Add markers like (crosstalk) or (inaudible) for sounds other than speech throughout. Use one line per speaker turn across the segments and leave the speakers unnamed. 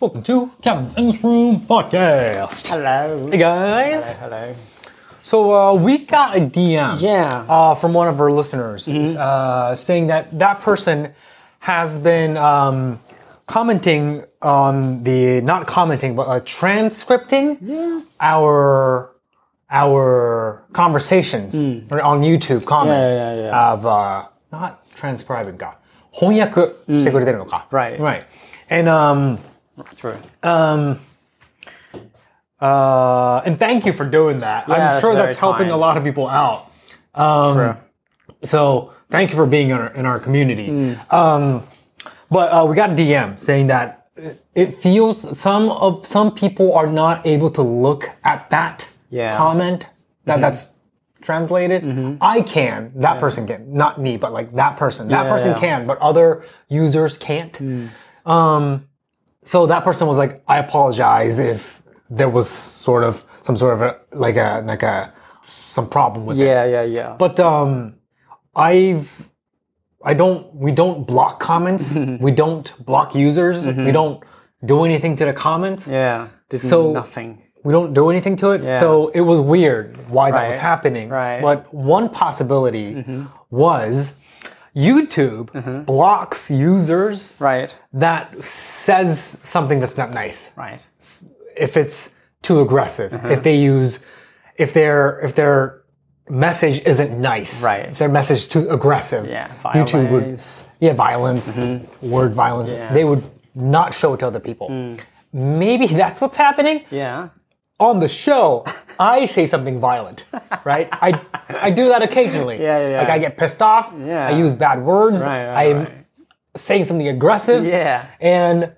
Welcome to Kevin's English Room Podcast.
Hello.
Hey guys.
Hello.
So uh, we got a DM.
Yeah. Mm-hmm.
Uh, from one of our listeners uh, saying that that person has been um, commenting on the not commenting but uh, transcripting
Yeah.
our our conversations or on YouTube comment
Mm. Yeah, yeah, yeah.
of uh, not transcribing か翻訳してくれてるのか、
Right.
right and um
True.
uh and thank you for doing that
Yeah,
I'm
that's
sure
very
that's helping a
kind.
lot of people out um,
True.
So thank you for being in our, in our community.
Hmm.
Um, but uh, we got a DM saying that it feels some of some people are not able to look at that
Yeah. Mm-hmm.
comment that that's translated. I can. That person can. Not me, but like that person. That
Yeah,
person
yeah. Hmm.
can, but other users can't. Um, so that person was like, I apologize if there was sort of some sort of a, like a like a some problem with it
Yeah, yeah, yeah.
but um i've i don't we don't block comments
(laughs)
we don't block users we don't do anything to the comments
Mm-hmm. yeah. Did
So-
nothing.
we don't do anything to it so it was weird why that was
Right,
happening
right. Mm-hmm.
but one possibility was youtube blocks users
Right.
that says something that's not nice
Right.
if it's too aggressive,
Uh-huh.
if they use, if their if their message isn't nice,
Right.
If their message is too aggressive,
Yeah.
YouTube would,
violence. Mm-hmm.
yeah, violence, word violence, they would not show it to other people.
Mm.
Maybe (laughs) that's what's happening
Yeah.
on the show. I say something violent, right? I I do that occasionally.
Yeah, yeah, yeah.
Like I get pissed off.
Yeah.
I use bad words.
Right. right,
I'm
right.
saying something aggressive
Yeah.
and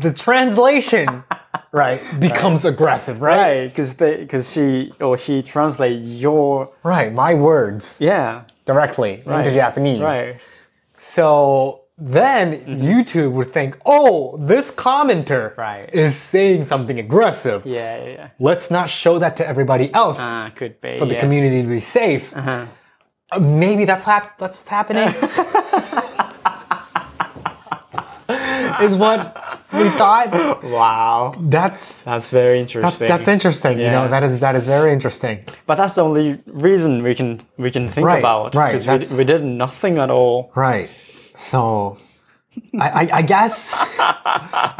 the
(laughs)
translation right becomes aggressive right?
Right. Because they, because she or she translate your
right my words
yeah
directly
right.
into japanese
Right. Mm-hmm.
so then youtube would think oh this commenter
Right.
is saying something aggressive
Yeah. Yeah.
let's not show that to everybody else
Ah, could be
for the community to be safe
Uh-huh.
Uh, maybe that's hap- that's what's
(laughs)
happening is what we
(laughs)
thought
Wow.
that's
That's very interesting.
That's interesting. You know,
Yeah.
that is that is very interesting.
but that's the only reason we can we can think
Right,
about.
right,
'cause
that's-
We, we did nothing at all.
Right. So, I, I, I guess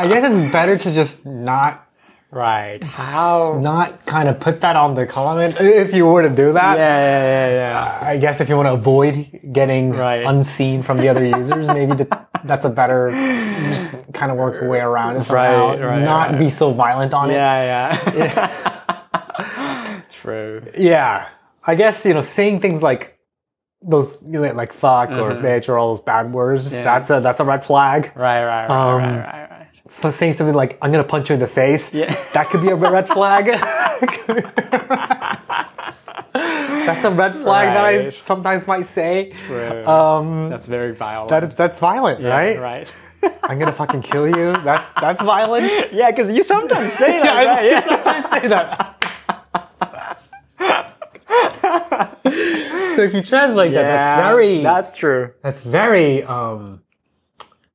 I guess it's better to just not
Right. How?
not kind of put that on the comment if you were to do that.
Yeah. Yeah. Yeah. Yeah.
I guess if you want to avoid getting
Right.
unseen from the
(laughs)
other users, maybe that that's a better just kind of work your way around it somehow.
Right, right,
not
right.
be so violent on it.
Yeah, yeah. (laughs) True.
Yeah, I guess you know saying things like those you know, like fuck or
Mm-hmm.
bitch or all those bad words. That's a that's a red flag.
Right, right, right,
Um,
right, right, right.
So saying something like "I'm gonna punch you in the face,"
Yeah.
(laughs) that could be a red (laughs) flag. that's a red flag that I
Right.
sometimes might say.
True.
Um,
that's very violent.
that is, that's violent, right?
(laughs) right.
I'm gonna fucking kill you. That's that's violent. (laughs)
yeah, because you sometimes say that.
I
right? yeah.
sometimes say that. (laughs) so if you translate that, that's
Yeah,
very
That's true.
that's very um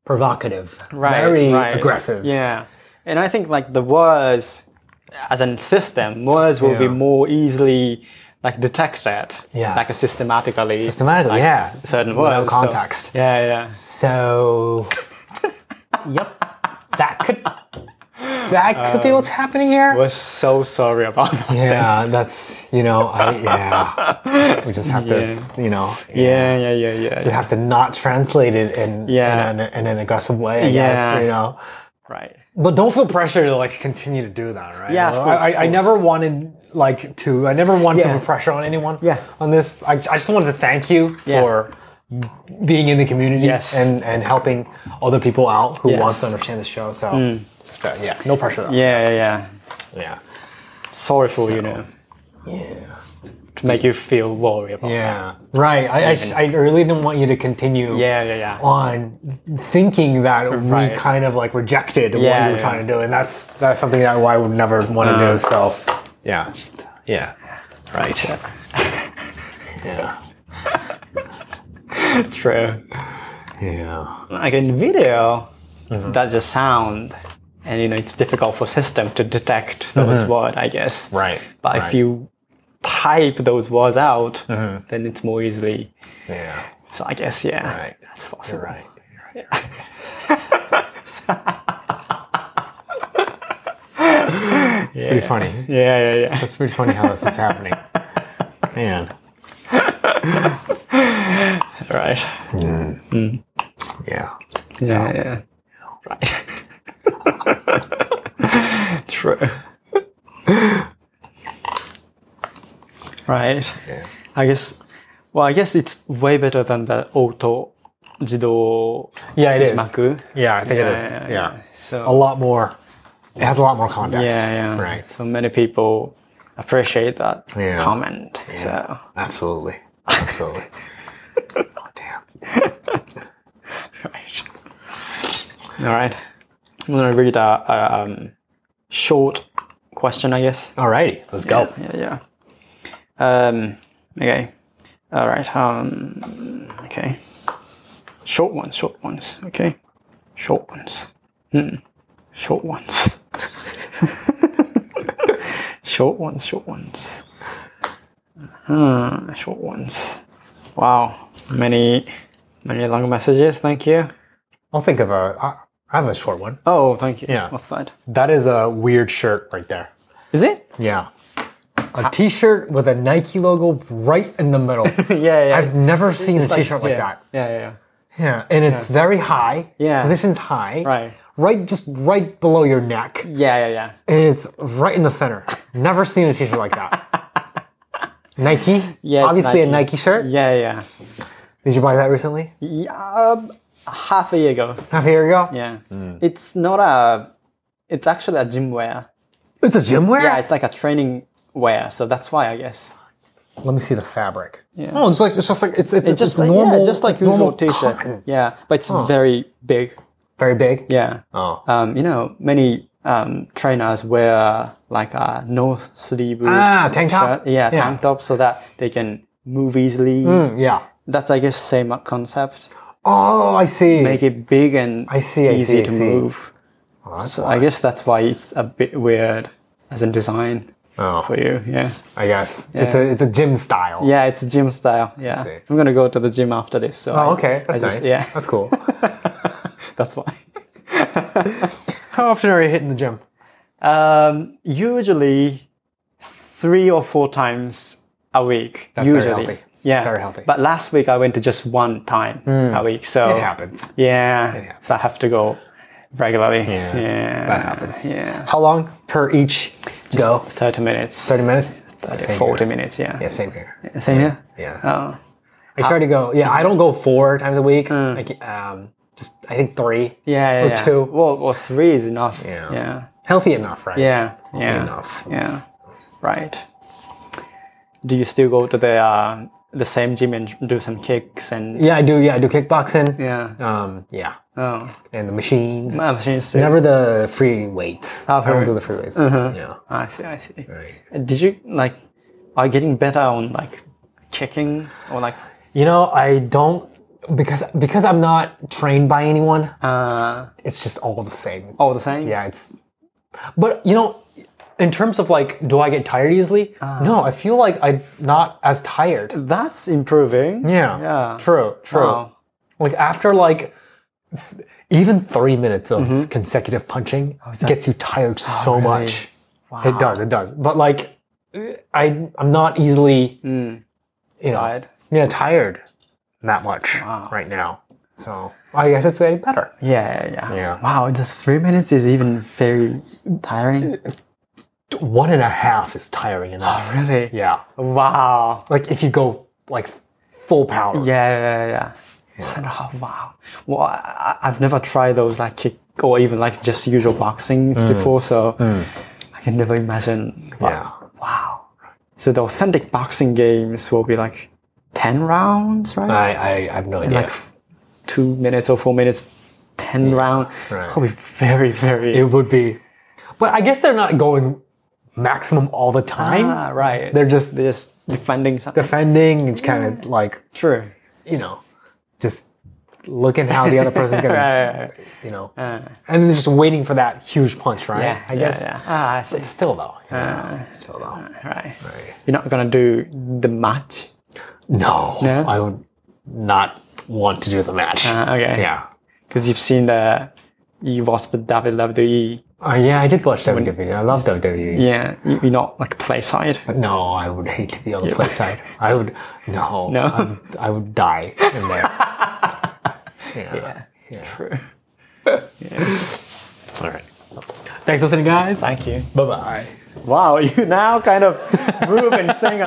provocative
Right.
very
right.
aggressive
Yeah, and I think like the words, as a system, words will be
Yeah.
more easily like detected.
Yeah.
Like systematically.
systematically
like,
yeah
Certain words.
no
so-
context
Yeah, yeah.
so yep that could that could be what's happening here
We're so sorry about that.
yeah that's you know i yeah we just have to you know
Yeah, yeah, yeah, yeah.
you have to not translate it in
Yeah.
in, an, in an aggressive way i
Yeah.
guess you know
Right.
But don't feel pressure to like continue to do that, right?
Yeah, of
Well,
course,
I,
of
I, I
course.
never wanted like to. I never wanted to
Yeah.
put pressure on anyone.
Yeah.
On this, I, I just wanted to thank you
Yeah.
for being in the community
Yes.
and and helping other people out who
Yes. Mm.
wants to understand the show. So just uh, yeah, no pressure though.
Yeah, yeah, yeah.
Yeah.
Sorry for you know
Yeah.
to make you feel worried about.
Yeah. Right. I I, just- I really didn't want you to continue.
yeah, yeah, yeah.
On thinking that we
Right.
kind of like rejected what we
Yeah,
were
yeah. Uh.
trying to do, and that's that's something that I would never want to do. So, yeah, just, yeah.
Right.
Yeah.
True.
Yeah.
Like in video,
Mm-hmm.
That's just sound. And you know, it's difficult for system to detect those word, I guess.
Mm-hmm. Right,
But
right. Mm-hmm.
if you type those words out, then it's more easily.
Yeah.
So I guess yeah,
Right.
that's possible.
Right. (laughs) it's pretty funny.
Yeah, yeah, yeah. (laughs)
It's pretty funny how this is happening. Man.
Right. Mm.
Mm. Yeah.
Yeah, yeah. Right. (laughs) True. right.
Yeah.
I guess. Well, I guess it's way better than the auto 自動
Yeah, it is.
字幕
Yeah, I think it is.
Yeah, yeah,
Yeah.
yeah.
A
So
lot more. It has a lot more context.
yeah, yeah.
Oh, Right.
So many people appreciate that
Yeah.
comment. So
Absolutely. Absolutely. oh, (laughs) damn.
Right. All right. I'm gonna read a, a um, short question, I guess.
Alrighty, let's go.
Oh, Yeah, yeah. Um, okay. All right. Um, okay. Short ones. Short ones. Okay. Short ones. Hmm. Short ones. (laughs) short ones. Short ones. Uh-huh, short ones. Wow. Many, many long messages. Thank you.
I'll think of a. I I have a short one.
Oh, thank you.
Yeah.
What's that?
That is a weird shirt right there.
Is it?
Yeah. A t-shirt with a Nike logo right in the middle.
(laughs) yeah.
I've never seen a
Like-
t-shirt like
yeah,
that.
Yeah, yeah, yeah.
Yeah, and it's very high.
Yeah.
Position's high.
Right.
Right just right below your neck.
Yeah, yeah, yeah.
And it's right in the center. Never seen a t-shirt like
(laughs)
that. Nike?
Yeah, it's
Obviously a
Nike.
Nike shirt.
Yeah, yeah.
Did you buy that recently?
Yeah, um, half a year ago.
Half a year ago?
Yeah, it's not a. It's actually a gym wear.
It's a gym wear?
Yeah, it's like a training wear, so that's why I guess.
Let me see the fabric.
Yeah.
Oh, it's like it's just like it's it's,
It's just like yeah, just like
it's normal
usual t-shirt.
cotton.
Yeah, but it's very big.
Very big.
Yeah.
Oh.
Um, you know, many um, trainers wear like a north sleeve
Ah, tank top?
shirt. Yeah,
Yeah.
tank top, so that they can move easily.
Mm, yeah.
That's I guess same concept.
Oh, I see.
Make it big and
I see, I
easy
see, Oh, I
to
see.
move. so I guess that's why it's a bit weird as in design
oh,
for you. Yeah.
I guess it's a it's a gym style.
Yeah, it's gym style. Yeah.
see.
I'm gonna go to the gym after this. So
Oh, okay, that's
just-
nice.
yeah. (laughs)
that's cool.
that's why.
How often are you hitting the gym?
Um, usually three or four times a week.
That's very
usually.
healthy.
Yeah.
Very healthy. Hmm.
But last week I went to just one time a week. So
It happens.
Yeah.
happens.
So I have to go regularly.
Yeah,
Yeah.
that happens.
Yeah.
How long per each go?
Thirty minutes.
Thirty minutes. Same here.
Forty minutes, uh, yeah.
Yeah, same here.
Same here?
Yeah.
Oh.
I try to go. Yeah, I don't go four times a week.
Uh.
Like um, just I think three.
Yeah, yeah,
Or
yeah.
two.
Well, well, three is enough.
Yeah.
yeah,
Healthy enough, right?
yeah, yeah.
enough.
Yeah, right. Do you still go to the uh, the same gym and do some kicks and
Yeah, I do. Yeah, I do kickboxing.
yeah?
Um, yeah,
Oh,
and the machines.
my machines too.
Never the free weights.
Oh,
I don't
right.
do the free weights.
Uh-huh.
Yeah.
I see, I see.
Right.
Did you like are you getting better on like kicking or like
You know, I don't because because I'm not trained by anyone.
uh
It's just all the same.
all the same?
Yeah, it's. But you know, in terms of like, do I get tired easily?
Uh.
no, I feel like I'm not as tired.
that's improving.
Yeah.
yeah.
True. True.
Wow.
Like after like. th- Even three minutes of
Mm-hmm.
consecutive punching
Oh,
gets you tired so much. It does, it does. But like, I I'm not easily, you know,
Mm. Tired.
yeah, tired that much right now. So I guess it's getting better.
Yeah, yeah, yeah.
Yeah.
Wow, just three minutes is even very
(laughs)
tiring.
One and a half is tiring enough.
Oh, Really?
Yeah,
Wow.
like if you go like full power.
Yeah, yeah, yeah. yeah. And, oh, wow. Well, I, I- I've never tried those like kick or even like just usual boxings
Mm.
before, so I can never imagine. Wow.
Yeah.
wow. So the authentic boxing games will be like 10 rounds, right?
I, I I have no idea.
Like f- two minutes or four minutes, 10 round.
right.
That would be very, very.
it would be, but I guess they're not going maximum all the time.
ah, right.
they're just
They're just defending something.
defending and kind of like
True.
you know, just looking how the other person's gonna,
(laughs) Right, right,
you know, and then just waiting for that huge punch, right? I guess.
Yeah, yeah. Ah, I see.
But still though, you know, still though.
Right. You're not gonna do the match.
No,
No?
I would not want to do the match.
Uh, okay.
yeah.
Because you've seen the, you watched the WWE.
Uh, yeah, I did watch WWE. I love WWE.
Yeah. You, you're not like play side.
But no, I would hate to be on the play side. I would no.
(laughs) No?
I would, I would die in
(laughs)
there. yeah.
True.
All right. Thanks for listening, guys.
Thank (laughs) you.
Bye bye.
Wow, you now kind of move and sing